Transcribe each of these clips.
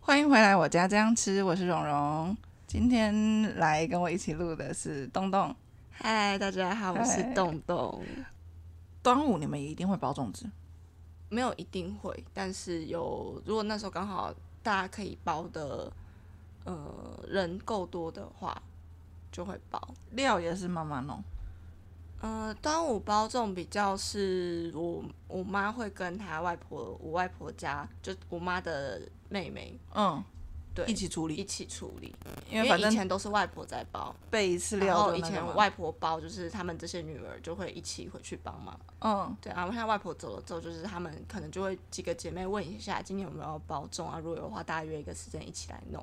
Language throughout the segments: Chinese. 欢迎回来我家这样吃，我是蓉蓉。今天来跟我一起录的是东东。嗨，大家好，我是嗨洞洞。端午你们一定会包粽子，没有一定会，但是有，如果那时候刚好大家可以包的，呃，人够多的话，就会包。料也是妈妈弄。呃，端午包粽比较是我我妈会跟她外婆，我外婆家就我妈的妹妹嗯，对一起处一理，起处理，因因为反以正前都是外婆在包，备饲然料后的以那个前嘛外婆包，就是他们这些女儿就会一起回去帮忙。嗯，对，啊然后像外婆走了之后，就是她们可能就会几个姐妹问一下今年有没有要包粽啊，如果有的话，大家约一个时间一起来弄，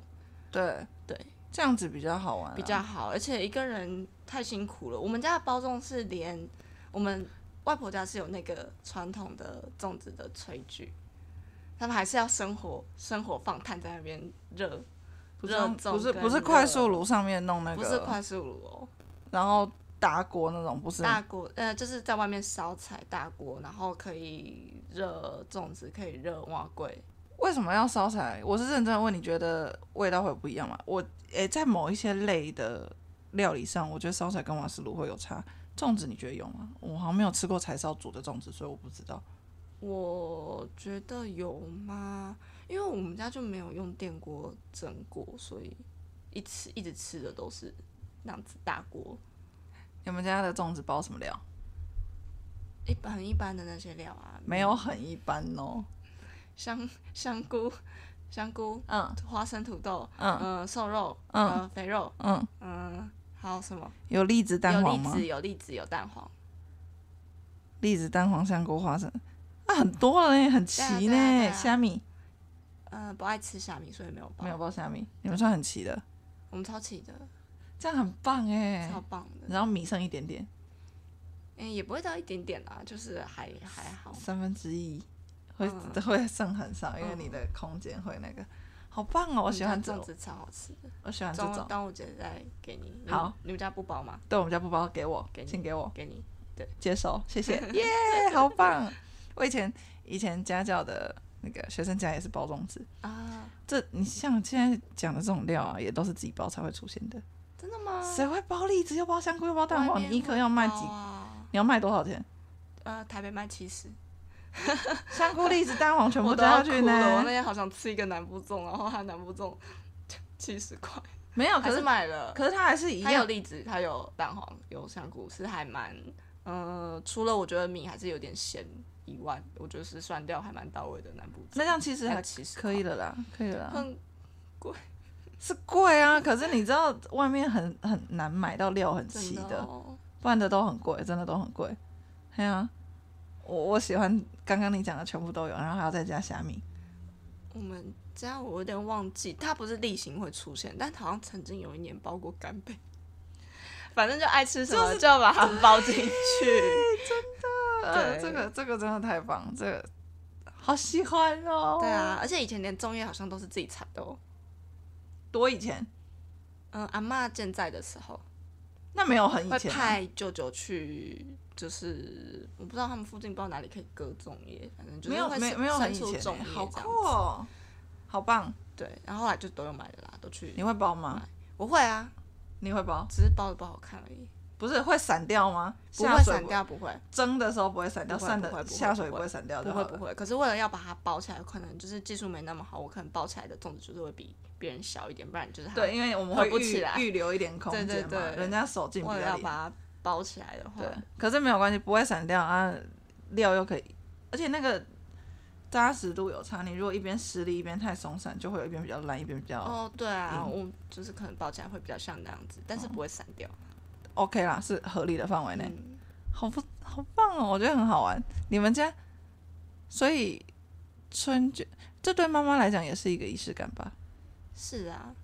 对对，这样子比较好玩啊、比较好。而且一个人太辛苦了，我们家的包粽是连我们外婆家是有那个传统的粽子的炊具，他们还是要生火生火放炭在那边热，不是热用粽不是跟不是热快速炉上面弄那个，不是快速炉哦，然后打锅那种，不是大锅呃就是在外面烧柴大锅，然后可以热粽子，可以热瓦柜。为什么要烧柴？我是认真的问，你觉得味道会有不一样吗？我诶、在某一些类的料理上，我觉得烧柴跟瓦斯炉会有差。粽子你觉得有吗？我好像没有吃过柴烧煮的粽子，所以我不知道。我觉得有吗？因为我们家就没有用电锅蒸过，所以一吃一直吃的都是那样子大锅，你们家的粽子包什么料？一般很一般的那些料啊，没有很一般哦。香香菇、香菇、嗯花生、土豆，嗯嗯、瘦肉，嗯呃，肥肉，嗯，嗯、还有什么？有栗子蛋有黄栗吗？子，有栗子，有蛋黄，栗子蛋黄、香菇、花生，那、很多了呢，很齐对啊呢。对啊对啊虾米呃，不爱吃虾米，所以没有包。没有，包虾米，你们算很齐的，我们超起的，这样很棒哎。超棒的，然后米剩一点点，嗯、也不会到一点点啦，就是还还好。三分之一会、嗯会 剩很少，因为嗯你的空间会那个，好棒哦！我喜欢这粽种，子，超好吃的。我喜欢啊这中种。端午节再给你。你好，你们家不包吗？对我们家不包，给我给，你请给我给你。接收， 谢谢，耶、好棒！我以前以前家教的那个学生家也是包粽子，啊，这你像现在讲的这种料啊，也都是自己包才会出现的，真的吗？谁会包栗子又包香菇又包蛋嗯外黄？面你一颗会要卖包几？啊？你要卖多少 钱？呃，台北卖七十，香菇、栗子、蛋黄全部我都加哭进去了。我那呢？天好想吃一个南部粽，然后它南部粽 七十块，没有，还哦可是是买了。可是它还是一它有样，栗子，它有蛋黄，有香菇，是还蛮呃，除了我觉得米还是有点咸以外，我觉得是算掉还蛮到位的南部粽。那这样其实还七十可以，了啦，可以了啦。很是贵啊，可是你知道外面很很难买到料很真齐的的，哦。不然的都很贵，真的都很贵。对啊，我我喜欢刚刚你讲的全部都有，然后还要再加虾米。我们家我有点忘记，它不是例行会出现，但好像曾经有一年包过干贝。 反正就爱吃什么就要把它包进 去。呃，对这个这个真的太棒，这个好喜欢哦。对，啊，而且以前连粽叶好像都是自己采的哦。多以前嗯，阿嬷健在的时候那没有很以会前啊、派舅舅去，就是我不知道他们附近不知道哪里可以割粽叶，反正就是没有会没生没有很生以前出粽欸、叶好这酷样子。哦，好棒！对，然后后来就都有买了啦，都去你。会包吗？我会啊，你会包？只是包的不好看而已，不是会散掉吗？不下会水散，掉，不会。蒸的时候不会散掉，不会散不会的不会下水不不会会散掉不就好会了。不会，可是为了要把它包起来，可能就是技术没那么好，我可能包起来的粽子就是会比别人小一点，不然就是它对，因为我们合会不预起来预留一点空间嘛，对对对人家手劲比为了较要厉害。把它嗯包起来的话，对，可是没有关系，不会散掉啊，料又可以，而且那个扎实度有差。你如果一边实力一边太松散，就会有一边比较烂，一边比较、哦对啊，嗯哦我就是可能包起来会比较像那样子，但是不会散掉。 OK 啦，是合理的范围内，嗯，好不好棒哦，我觉得很好玩。你们家，所以春节这对妈妈来讲也是一个仪式感吧？是啊，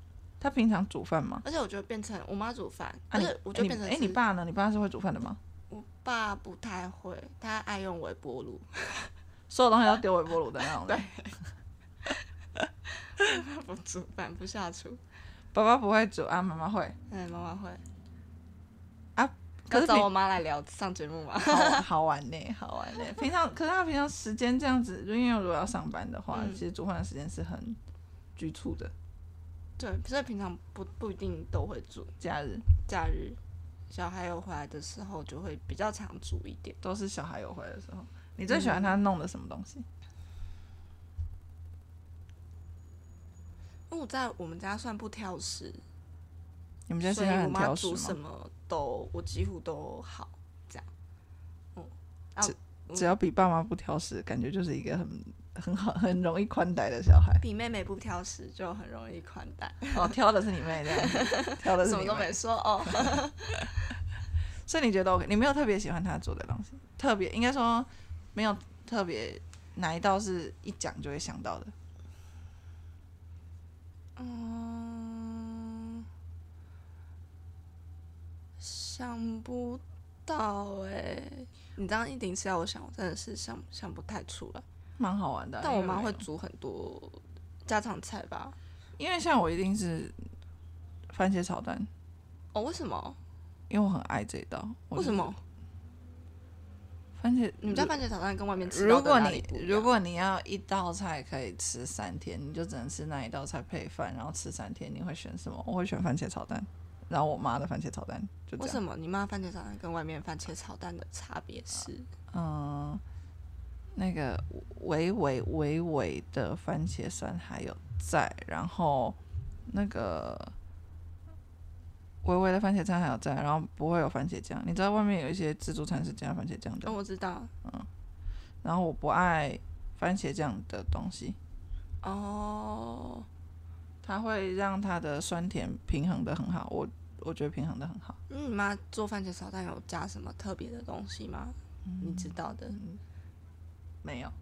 她平常煮饭吗？而且我觉得变成我妈煮饭，啊而你，且我就哎变成你哎，你是爸呢？你爸是会煮饭的吗？我爸不太会，他爱用微波炉，所有东西都丢微波炉的 那种人。他不煮饭不下厨，爸爸不会煮啊，妈妈会。嗯，妈妈会。啊，可要是找平我妈来聊上节目吗？ 好好玩呢、好玩 呢、平常可是他平常时间这样子，因为如果要上班的话，嗯其实煮饭的时间是很局促的对，所以平常不不一定都会煮，假日，假日小孩有回来的时候就会比较常煮一点。都是小孩有回来的时候。你最喜欢他弄的什么东西？因为我在我们家算不挑食，你们家所现以在我很妈挑食煮什吗？么都我几乎都好这样。嗯，啊，么。只要比爸妈不挑食，感觉就是一个很很好、很容易宽待的小孩比妹妹不挑食就很容易宽待， 哦，挑的是你 妹这样子， 挑的是什你么都妹没。说哦。所以你觉得 OK？你没有特别喜欢他做的东西，特别应该说没有特别哪一道是一讲就会想到的。嗯，想不到哎、你这样一临时要我想，我真的是想想不太出来。蛮好玩的啊、但我因为妈没会有，煮很多家常菜吧？因为像我一定是番茄炒蛋，哦，为什么？因为我很爱这一道。我为就是什么？番茄？你们家番茄炒蛋跟外面吃如到果的哪里你不一样如果你要一道菜可以吃三天，你就只能吃那一道菜配饭，然后吃三天，你会选什么？我会选番茄炒蛋，然后我妈的番茄炒蛋就这为样。什么你妈番茄炒蛋跟外面番茄炒蛋的差别是？嗯，那个微微微微的番茄酸还有在，然后那个微微的番茄酱还有在，然后不会有番茄酱。你知道外面有一些自助餐是加番茄酱的嗯，，我知道然后我不爱番茄酱的东西。哦，它会让它的酸甜平衡的很好，我我觉得平衡的很好。那你妈做番茄炒蛋有加什么特别的东西吗？嗯你知道的，没有，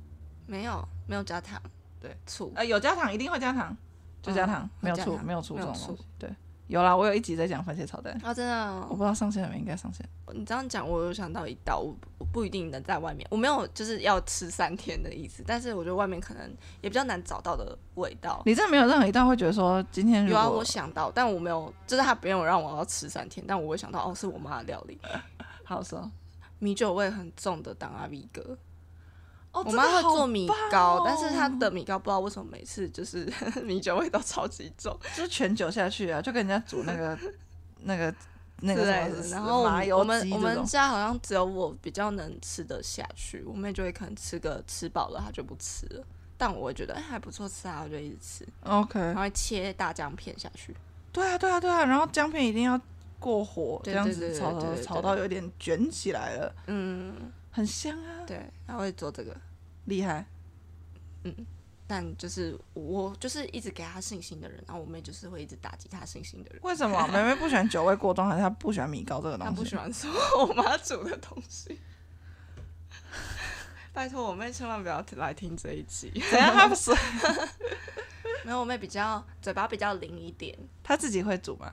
没有，没有加糖，对，醋，呃，有加糖一定会加糖，就加糖，嗯没有会加醋，糖没有醋没这有种东醋西。对，有啦，我有一集在讲番茄炒蛋，啊，真的我哦、不知道上线了没，应该上线。你这样讲，我有想到一道，我不我不一定能在外面，我没有就是要吃三天的意思，但是我觉得外面可能也比较难找到的味道。你这没有任何一道会觉得说今嗯天如有果啊，我想到，但我没有，就是他不用让我要吃三天，但我会想到，哦，是我妈的料理，好说，米酒味很重的当阿 V 哥，哦我妈会做米糕，但是它她的米糕不知道为什么每次就是 米酒味都超级重，就是全酒下去啊，就跟人家煮那 个那个那个之什类么的。是然后我麻们油我们鸡我这们种，家好像只有我比较能吃得下去，我妹就会可能吃个吃饱了她就不吃了，但我会觉得哎、还不错吃啊，我就一直吃， OK，然后会切大姜片下去，对啊，对啊，对啊，然后姜片一定要过火，这对样对子对炒对炒对炒对到有点卷起来了，嗯，很香啊，对，她会做这个，厉害。 但就是我就是一直给她信心的人，然后我妹就是会一直打击她信心的人。为什么妹妹不喜欢酒味过重，还是她不喜欢米糕这个东她西？不喜欢吃我妈煮的东西。 拜托我妹千万不要来听这一集。 怎样？她不是 没有，我妹比较嘴巴比较灵一点，她自己会煮吗？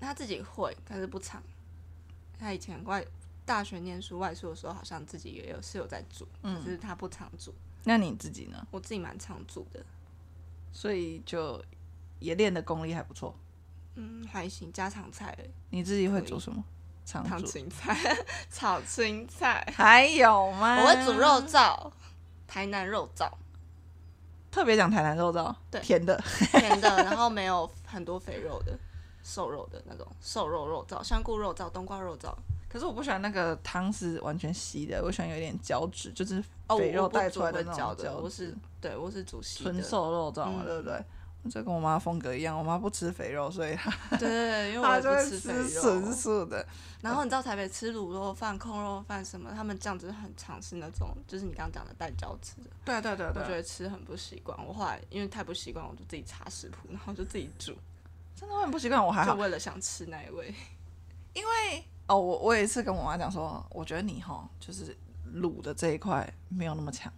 她自己会，但是不常。她以前外大学念书外宿的时候，好像自己也有是有在煮，嗯只是她不常煮。那你自己呢？我自己蛮常煮的，所以就也练的功力还不错。嗯，还行，家常菜而已，你自己会煮什么？常烫煮。青菜、 炒青菜，还有我吗？会煮肉燥，台南肉燥，特别讲台南肉燥，对甜的。甜的， 然后没有很多肥肉的，瘦肉的那种瘦肉肉燥，香菇肉燥、冬瓜肉燥。可是我不喜欢那个汤是完全稀的，我喜欢有一点胶质，就是哦，肥我肉我带不出煮来会那焦种的，胶我质是。对我是煮稀的纯，瘦肉燥嘛，嗯对不对？这跟我妈风格一样，我妈不吃肥肉，所以她对对对， 因为我她也就不会吃肥吃纯肉。素的。然后你知道台北吃卤肉饭、控肉饭什么，他们酱汁很常是那种，就是你刚刚讲的带胶质的，对啊对啊对啊我对啊觉得吃很不习惯。我后来因为太不习惯，我就自己查食谱，然后就自己煮，真的会很不习惯，我还好就。为了想吃那一味。哦，我我有一次跟我妈讲说，我觉得你哈就是卤的这一块没有那么强，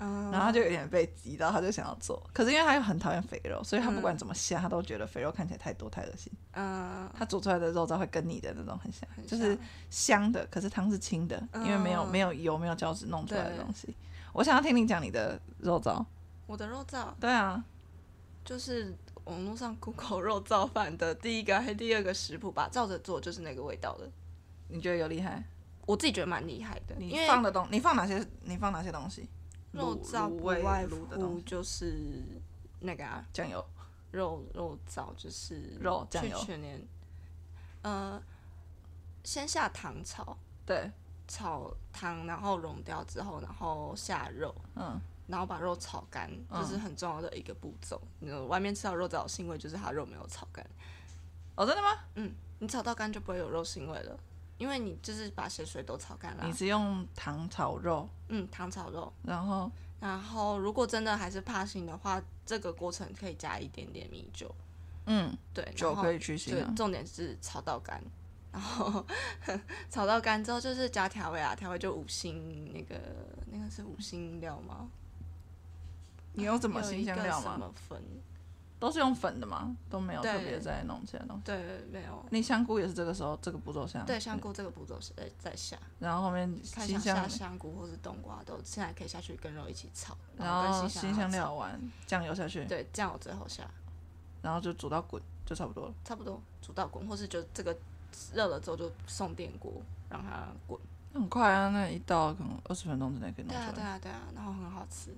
嗯，然后她就有点被激到，她就想要做，可是因为她又很讨厌肥肉，所以她不管怎么下，她都觉得肥肉看起来太多太恶心。嗯，她煮出来的肉燥会跟你的那种很像，很就是像香的，可是汤是清的，因为没有嗯没有油没有胶质弄出来的对东西。我想要听你讲你的肉燥，我的肉燥对啊，就是网络上 Google 肉燥饭的第一个还第二个食谱吧，照着做就是那个味道的。你觉得有厉害？我自己觉得蛮厉害的，因你为放的东，你放哪些？你放哪些东西？肉卤燥卤不味外卤的东乎西，就是那个啊，酱油、肉肉燥，就是肉酱去油全年，呃，先下糖炒对，炒糖，然后融掉之后，然后下肉，嗯，然后把肉炒干，这是很重要的一个步骤。你外面吃到肉燥的腥味，就是它肉没有炒干。哦，真的吗？嗯，你炒到干就不会有肉腥味了，因为你就是把血水都炒干了啊你。是用糖炒肉，嗯，糖炒肉。然后然后如果真的还是怕腥的话，这个过程可以加一点点米酒。嗯，对，酒然后可以去腥对啊，，重点是炒到干，然后 炒到干之后就是加调味啊，调味就五星那个那个是五星料吗？你有什么有一新鲜个料什吗？么粉？都是用粉的吗？都没有对特别在弄其他东西。对，没有。你香菇也是这个时候这个步骤下，对，香，菇这个步骤是在在下，然后后面看新想下香，香菇或是冬瓜都现在可以下去跟肉一起炒，然后后跟新香香料完，酱油下去炒，，对，酱油最后下，然后就煮到滚就差不多了。差不多煮到滚，或是就这个热了之后就送电锅让它滚。很快啊，那一道可能二十分钟之内可以弄对啊，出对来。啊，对啊，然后很好吃。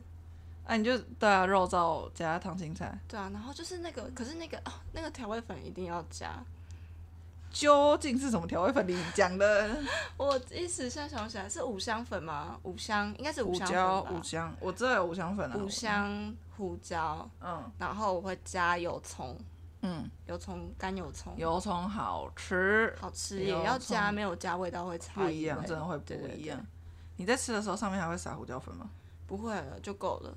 啊，你就对啊，肉燥加烫青菜，对啊，然后就是那个，可是那个哦，那个调味粉一定要加。究竟是什么调味粉？你讲的我一时现在想不起来是五香粉吗？ 五香应该是五香椒、粉五吧。香，我知道有五香粉啊。五，香胡椒，嗯然后我会加油葱，嗯，油葱干油葱，油葱好吃，好吃油也要加，葱没有加味道会差不异一样，味真的会不对对一对样。你在吃的时候上面还会撒胡椒粉吗？不会了就够了。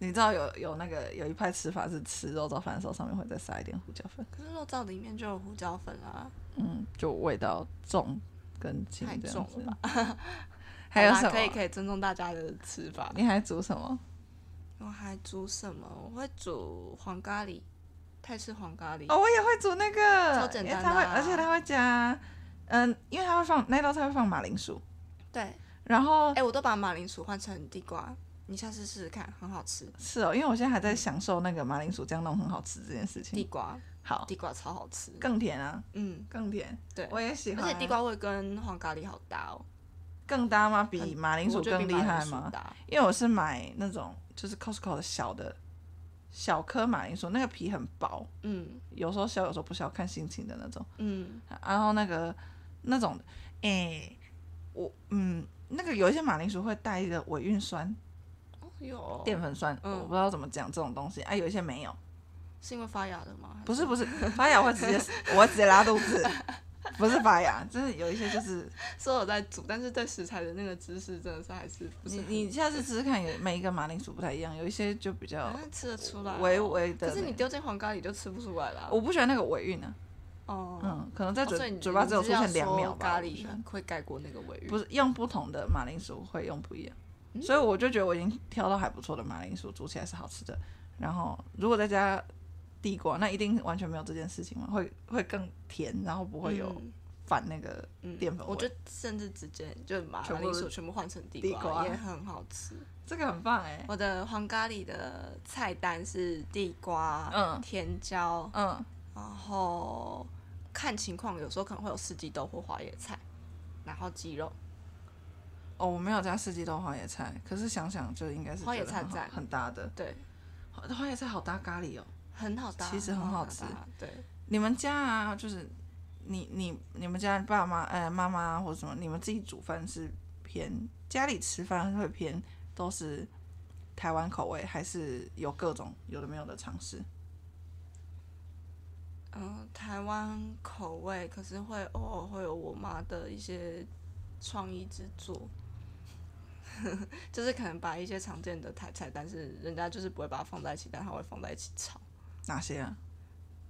你知道有有那个有一派吃法是吃肉燥饭的时候上面会再撒一点胡椒粉，可是肉燥里面就有胡椒粉啊，嗯，就味道重跟轻太这样重子了。 还有好啦什么？可以可以尊重大家的吃法。你还煮什么？我还煮什么？我会煮黄咖喱，泰式黄咖喱。哦，我也会煮那个，超简因单的啊为它会，而且它会加，嗯，因为它会放那道菜会放马铃薯，对，然后哎、我都把马铃薯换成地瓜，你下次试试看，很好吃。是哦，因为我现在还在享受那个马铃薯这样弄很好吃这件事地情。瓜，好，地瓜超好吃。更甜啊，嗯，更甜，对，我也喜而欢啊。且地瓜味跟黄咖喱好搭哦，更搭吗？比很马铃薯我觉得更比厉马铃害薯吗？搭因为我是买那种就是 Costco 的小的小颗马铃薯，那个皮很薄，嗯有时候削有时候不削，看心情的那种。嗯，然后那个那种，哎、我嗯，那个有一些马铃薯会带一个尾韵酸、哦有，淀粉酸，嗯我不知道怎么讲这种东西啊，有一些没有。是因为发芽的吗？不是不是， 发芽会直 接，我会直接拉肚子，不是发芽，就是有一些就是说我在煮，但是对食材的那个知识真的是还是不你是你下次试试看，有每一个马铃薯不太一样，有一些就比较好像吃得出来、哦，微微的那可个。是你丢进黄咖喱就吃不出来啦。我不喜欢那个尾韵啊，哦，嗯，可能在哦所以嘴你嘴巴只有你出是要现两秒说吧。咖我不喜欢喱会盖过那个尾韵，不是用不同的马铃薯会用不一样，嗯所以我就觉得我已经挑到还不错的马铃薯，煮起来是好吃的。然后如果再加地瓜，那一定完全没有这件事情嘛，会会更甜，然后不会有嗯反那个淀粉味。我觉得甚至直接就把全马部铃都薯全部换成地地瓜瓜也很好吃。这个很棒哎、我的黄咖喱的菜单是地瓜、嗯甜椒，嗯，然后看情况，有时候可能会有四季豆或花椰菜，然后鸡肉。哦，我没有加四季豆花椰菜，可是想想就应该是花椰觉得菜很好赞很搭的，对，花花椰菜好搭咖喱哦。很好搭，其实很好吃搭。对，你们家啊，就是你你你们家爸妈呃妈妈或者什么，你们自己煮饭是偏家里吃饭会偏都是台湾口味，还是有各种有的没有的尝试？嗯，台湾口味，可是会偶尔会有我妈的一些创意之作， 就是可能把一些常见的台菜，但是人家就是不会把它放在一起，但它会放在一起炒。哪些啊？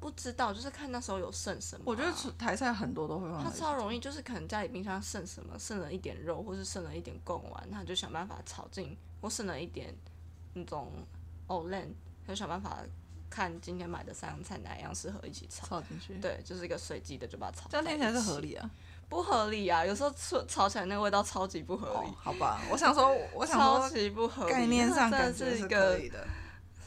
不知道，就是看那时候有剩什么啊、我觉得吃台菜很多都会放在它一起超容易，就是可能家里冰箱剩什么，剩了一点肉，或是剩了一点贡丸，他就想办法炒进，或剩了一点那种藕链，他就想办法看今天买的三样菜哪一样适合一起炒。炒进去，，对，就是一个随机的，就把它炒。这样听起来是合，理啊。不合理啊！有时候炒炒起来那个味道超级不合理哦，，好吧，我想说，我想超说级不合理。概念上它感真的觉是一可个以的。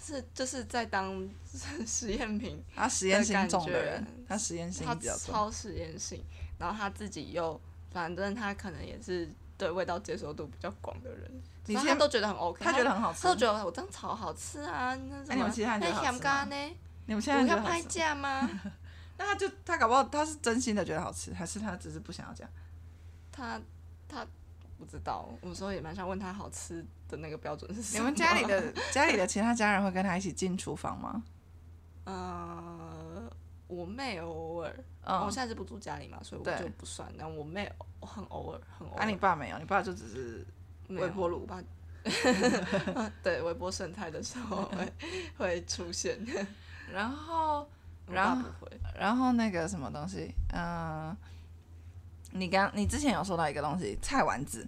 是就是在当 实验品，他实验性重的的人感，觉他实验性他比较重。超实验性，然后他自己又，反正他可能也是对味道接受度比较广的人，你然后先他都觉得很 OK，他觉得很好吃他都觉得我这样炒好吃啊，那什哎你么们其他人觉得好吃吗那咸咖呢？你你们现在我觉要得好拍吃价吗？那他就他搞不好他是真心的觉得好吃，还是他只是不想要这样？他他不知道，我有时候也蛮想问他好吃的那个标准是什你么。们家里的家里的其他家人会跟他一起进厨房吗？ 呃，我妹偶尔，我嗯现，在是不住家里嘛，所以对我就不算。但我妹偶很偶尔，很偶啊，尔。你爸没有，你爸就只是没微有波炉我 爸对微波生态的时候会会出现，然后我然爸后不会。然后那个什么东西，嗯、你刚你之前有说到一个东西，菜丸子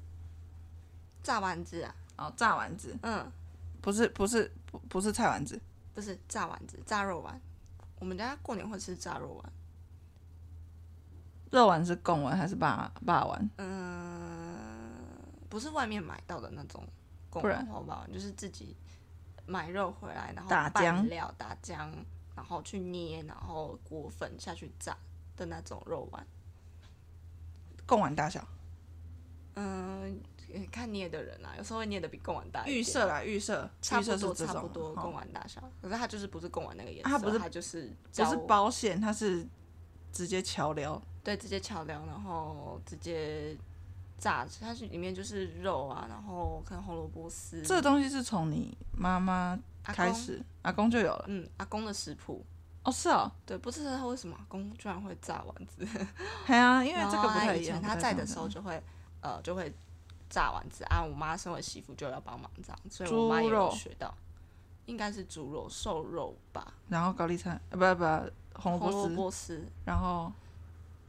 炸丸子啊，哦，炸丸子嗯，不是不是不不是菜丸子，不是炸丸子，炸肉丸。我们家过年会吃炸肉丸，肉丸是贡丸还是霸霸丸？嗯，不是外面买到的那种公不然然包包，就是自己买肉回来，然后打拌浆料、打浆，然后去捏，然后裹粉下去炸的那种肉丸。贡丸大小，嗯，看捏的人啊，有时候会捏的比贡丸大一点，预设啦，预设，差预不设是多这差种哦不多贡丸丸大小，可是它就是不是贡丸那个颜色，啊它不是它就是不是焦包馅，它是直接桥梁。对，直接巧料，然后直接炸，它是里面就是肉啊，然后可能红萝卜丝。这个东西是从你妈妈阿开公，始，阿公就有了。嗯，阿公的食谱，哦，是哦，对，不知道他为什么阿公居然会炸丸子，对啊，因为然这后个不他太以一样。前不他太在相的同时候，就会呃就会炸丸子啊，我妈身为媳妇就要帮忙这样，所以猪我妈也有肉学到，应该是猪肉、瘦肉吧，然后高丽菜，呃，不不，红萝红萝卜丝，卜丝，然后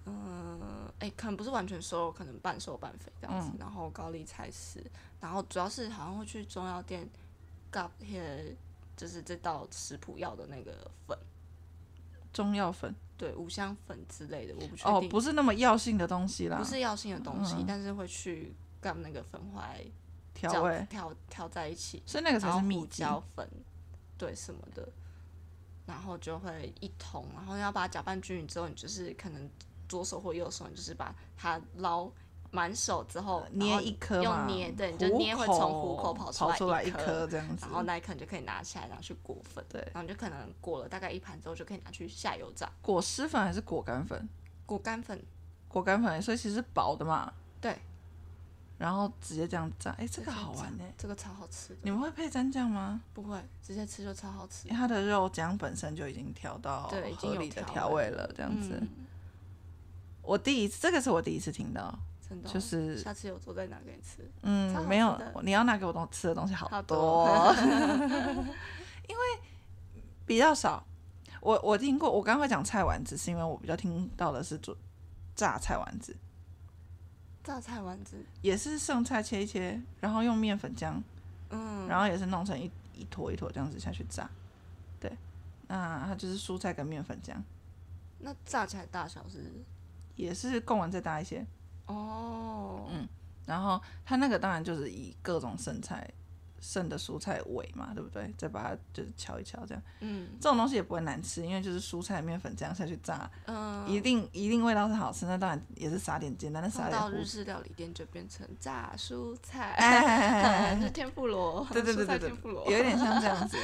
嗯，哎、可能不是完全瘦肉，可能半瘦半肥这样子。嗯然后高丽菜丝，然后主要是好像会去中药店 got 些，就是这道食谱药的那个粉，中药粉。对，五香粉之类的，我不确定，哦，不不是那么药性的东西啦，是药性的东西，嗯但是会去 got 那个粉来调味，调调在一起，所以那个才然后是胡秘籍。椒粉，对什么的，然后就会一桶，然后要把它搅拌均匀之后，你就是可能左手或右手，你就是把它捞满手之后，然后呃捏一颗嘛，用捏，对，你就虎捏会从虎口跑跑出来一颗，这样子然。后那一颗你就可以拿起来，然后去裹粉，对然后你就可能裹了大概一盘之后，就可以拿去下油炸，果湿粉还是果干粉？裹干粉，果干粉，所以其实是薄的嘛。对，然后直接这样蘸，哎，这个就好玩这呢样。炸这个超好吃的，你们会配蘸酱吗？不会直接吃就超好吃因为，它的肉酱本身就已经调到对已经合有理的调调味味了，这样子。嗯我第一次，这个是我第一次听到，真的哦，就是下次有做再拿给你吃，超嗯，好没有吃的，你要拿给我东吃的东西好好多， 多比较少。我我听过，我刚刚会讲菜丸子，是因为我比较听到的是做榨菜丸子，榨菜丸子，也是剩菜切一切，然后用面粉浆，嗯，然后也是弄成一一坨一坨这样子下去炸。对，那它就是蔬菜跟面粉浆，那炸起来大小是也是贡丸再大一些。哦，嗯然后它那个当然就是以各种剩菜、剩的蔬菜尾嘛，对不对？再把它就是敲一敲这样，嗯这种东西也不会难吃，因为就是蔬菜面粉这样下去炸，嗯，一定一定味道是好吃。那当然也是撒点简单的撒放点到胡日式料理店就变成炸蔬菜， 哎，是天妇罗，对对对蔬菜对对天妇罗，有一点像这样 子，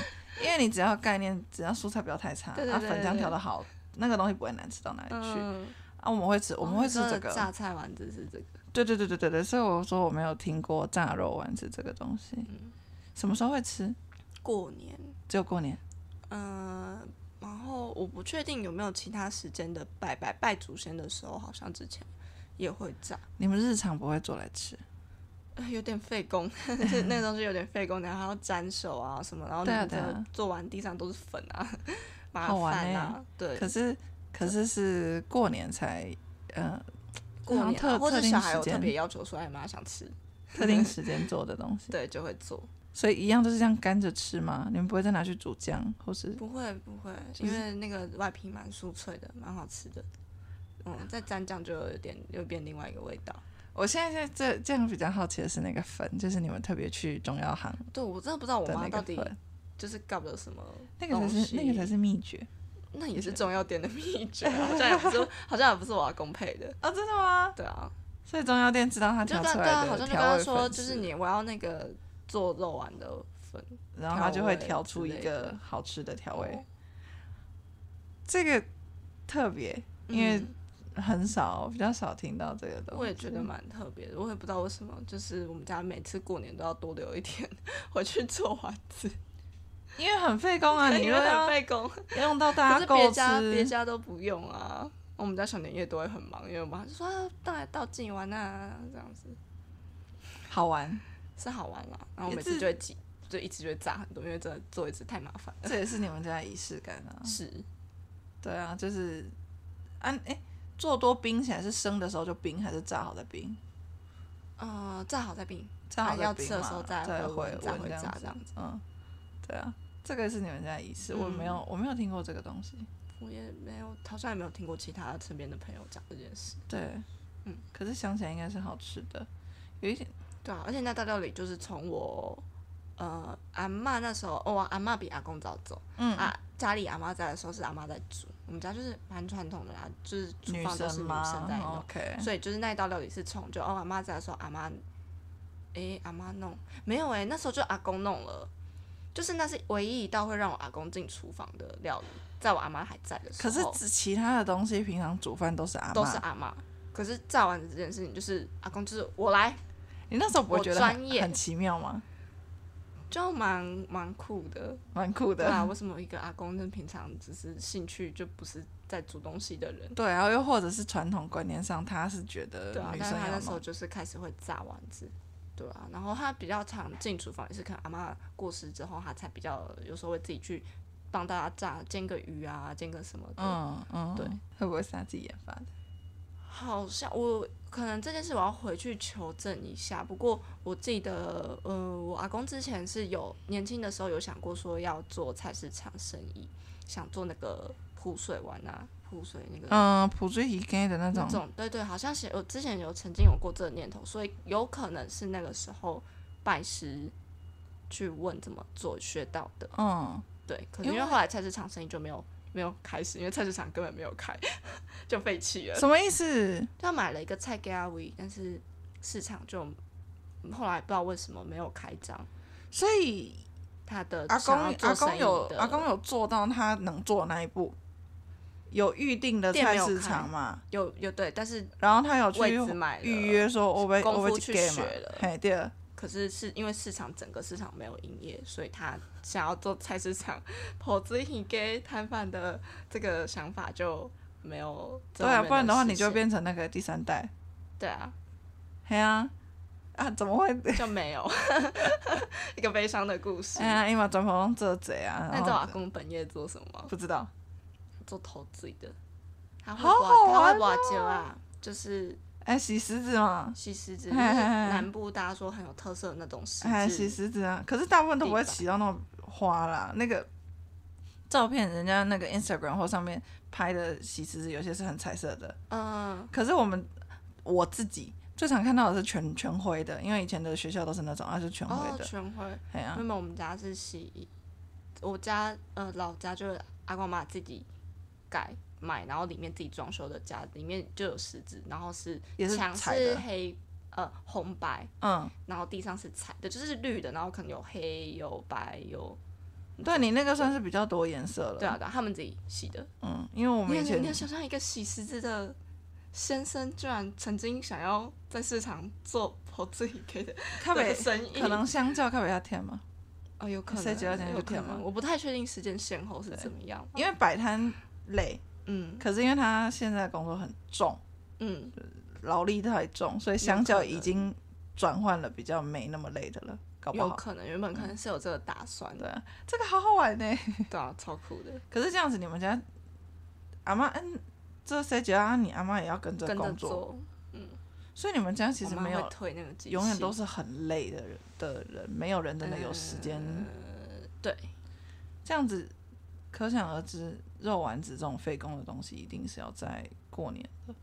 因为你只要概念，只要蔬菜不要太差，对对啊，对粉对浆对调的好，那个东西不会难吃到哪里去。嗯，啊，我们会吃，我们会吃哦这你说的个，榨菜丸子是这个，对对对对对对，所以我说我没有听过炸肉丸子这个东西，嗯，什么时候会吃？过年，只有过年。嗯。然后我不确定有没有其他时间的拜拜拜祖先的时候，好像之前也会炸，你们日常不会做来吃？呃有点费工， 就是那个东西有点费工，然后还要沾手啊什么，然后对啊你对啊的做完地上都是粉啊，麻好玩烦欸啊，对，可是可是是过年才，呃，过好像年特啊或特者定小孩时有特别间要求说，哎妈想吃，特定时间做的东西，对，就会做。所以一样都是这样干着吃吗？你们不会再拿去煮酱或是？不会不会，就因是为那个外皮蛮酥脆的，蛮好吃的。嗯，再蘸酱就有点又变另外一个味道。我现在在这这样比较好奇的是那个粉，就是你们特别去中药行对，我真的不知道我的妈那到个底粉，就是搞了什么那个才是那个才是是秘诀那也是中药店的秘诀啊，好像也不是好像也不是我阿公配的。哦，真的吗？对啊，所以中药店知道它就调跟出对来啊，的好像就跟调他味说，粉就是，你我要那个做肉丸的粉，然后它就会调味调出之一类个的哦好吃的调味。这个特别，因为嗯很少比较少听到这个东西。我也觉得蛮特别的，我也不知道为什么，就是我们家每次过年都要多留一天回去做丸子，因为很费 工啊，你因又为很要费工，用到可大是家别够家别吃，家都不用啊。我们家小年夜都会很忙，因为我妈就说啊，大家到几玩啊，这样子好玩，是好玩啦。然后我也每次是就会挤，就一次就会炸很多，因为真的做一次太麻烦了。这也是你们家的仪式感啊。是，对啊，就是，啊，哎、做多冰起来是生的时候就冰，还是炸好的冰？呃，炸好再冰，炸好啊要冰吃的嘛，时候再再回回温再温回这炸样这子。样子。嗯，对啊，这个是你们家的仪式，我没嗯有我没有听过这个东西。我也没有，好像也没有听过其他身边的朋友讲这件事。对，嗯，可是想起来应该是好吃的，有一点对啊，而且那道料理就是从我呃阿嬷那时候，哦，我阿嬷比阿公早走、嗯啊。家里阿妈在的时候是阿妈在煮，我们家就是蛮传统的啦，就是厨女房都是生女吗哦生在弄， ？OK，所以就是那一道料理是从就哦阿妈在的时候阿妈，诶、阿妈弄没有诶、那时候就阿公弄了，就是那是唯一一道会让我阿公进厨房的料理，在我阿妈还在的时可候，是只其他的东西，平常煮饭都是阿都是嬷阿妈。可是炸丸子这件事情，就是阿公就是我来，你那时候不会我觉得专很业很奇妙吗？就蛮蛮酷的。蛮酷对的。啊，为什么一个阿公，那平常只是兴趣就不是在煮东西的人？对，然后又或者是传统观念上，他是觉得对啊，女但是生他要那时候弄，就是开始会炸丸子，对啊，然后他比较常进厨房，也是可能阿妈过世之后，他才比较有时候会自己去帮大家炸煎个鱼啊，煎个什么的。嗯嗯，对，会不会是他自己研发的？好像我可能这件事我要回去求证一下。不过我记得，呃，我阿公之前是有年轻的时候有想过说要做菜市场生意，想做那个铺水丸啊，铺水那个。嗯，普追鱼干的那那种，种对对，好像是我之前有曾经有过这个念头，所以有可能是那个时候拜师去问怎么做学到的。嗯，对，可因能因为为后来菜市场生意就没有没有开 始，因为菜市场根本没有开，就废弃了。什么意思？他买了一个菜给阿威，但是市场就后来不知道为什么没有开张。所以他的阿公呃想要做阿生公意有的阿公有做到他能做的那一步，有预定的店没菜有市开场嘛，有有对，但是然后他有位置去买了预约说我被功夫我被去给嘛学了，嘿对了，可是是因为市场整个市场没有营业，所以他想要做菜市场投资型给摊贩的这个想法就没有。对啊，不然的话你就变变成那个第三代，对啊，嘿啊啊怎么会？就没有 一个悲伤的故事。 哎呀，因为转跑弄这贼啊，那然你知道我后阿公本业做什么吗？不知道，做投资的，他会好好挖他玩哦会挖酒啊，就是哎洗石子嘛，洗 石子，嘿就是嘿嘿南部大家说很有特色的那种石哎洗子，石子啊，可是大部分都不会地板洗到那种花啦，那个。照片人家那个 Instagram 或上面拍的洗石子，有些是很彩色的，嗯，可是我们我自己最常看到的是全全灰的，因为以前的学校都是那种啊，是全灰哦，的。全嗯会。哎呀、因为我们家是洗，我家呃老家就是阿公妈自己改买，然后里面自己装修的家，里面就有石子，然后是也是墙彩是的黑呃红白，嗯，然后地上是彩的，就是绿的，然后可能有黑有白有对你那个算是比较多颜色了。嗯对啊，对啊，他们自己洗的。嗯，因为我你们以有前你有想象一个洗石子的先生，居然曾经想要在市场做投资理给的咖的啡生意，可能相较咖啡要甜嘛，哦有可能谁知道今天有就可骗吗能，我不太确定时间先后是怎么样，因为摆摊累，嗯可是因为他现在工作很重，嗯。劳力太重，所以相较已经转换了比较没那么累的了，搞不有好。嗯可能原本可能是有这个打算对的，啊，这个好好玩呢、对啊，超酷的，可是这样子，你们家阿妈，嗯，这谁觉得啊你阿妈也要跟着跟着工作，做。所以你们家其实我妈没会有推那个机器，永远都是很累的人的人，没有人真的有时间、呃对，这样子，可想而知，肉丸子这种费工的东西一定是要在过年的，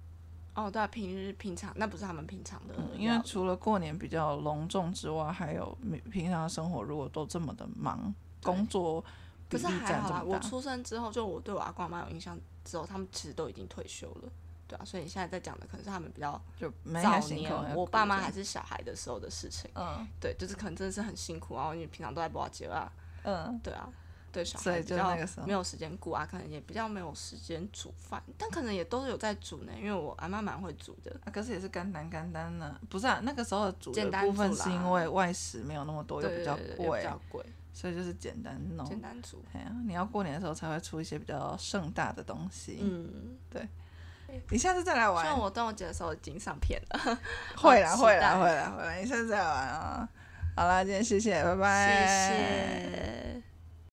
哦，对啊，平日平常那不是他们平常的料嗯理，，因为除了过年比较隆重之外，还有平平常的生活如果都这么的忙，对工作比可例是还占好这啦。么我大，出生之后，就我对我阿公阿妈有印象之后，他们其实都已经退休了，对啊，所以你现在在讲的可能是他们比较就没早有辛年苦。还，有我爸妈顾着还是小孩的时候的事情，嗯对，就是可能真的是很辛苦，然后你平常都在巴结啊，嗯，对啊，对小所孩以比就较那个时候嗯没有时间顾啊，可能也比较没有时间煮饭，但可能也都是有在煮呢，因为我阿妈蛮会煮的。啊，可是也是干单干单呢，不是啊？那个时候的煮的简单部分煮啦是因为外食没有那么多，又对比对较对，又贵比，较贵，所以就是简单弄。简单煮。哎呀，你要过年的时候才会出一些比较盛大的东西。嗯，你下次再来虽然玩，我端午节的时候已经上片了，会啦好期会啦待哦会啦会啦，你下次再来玩啊。好啦，今天谢谢，拜谢拜，谢。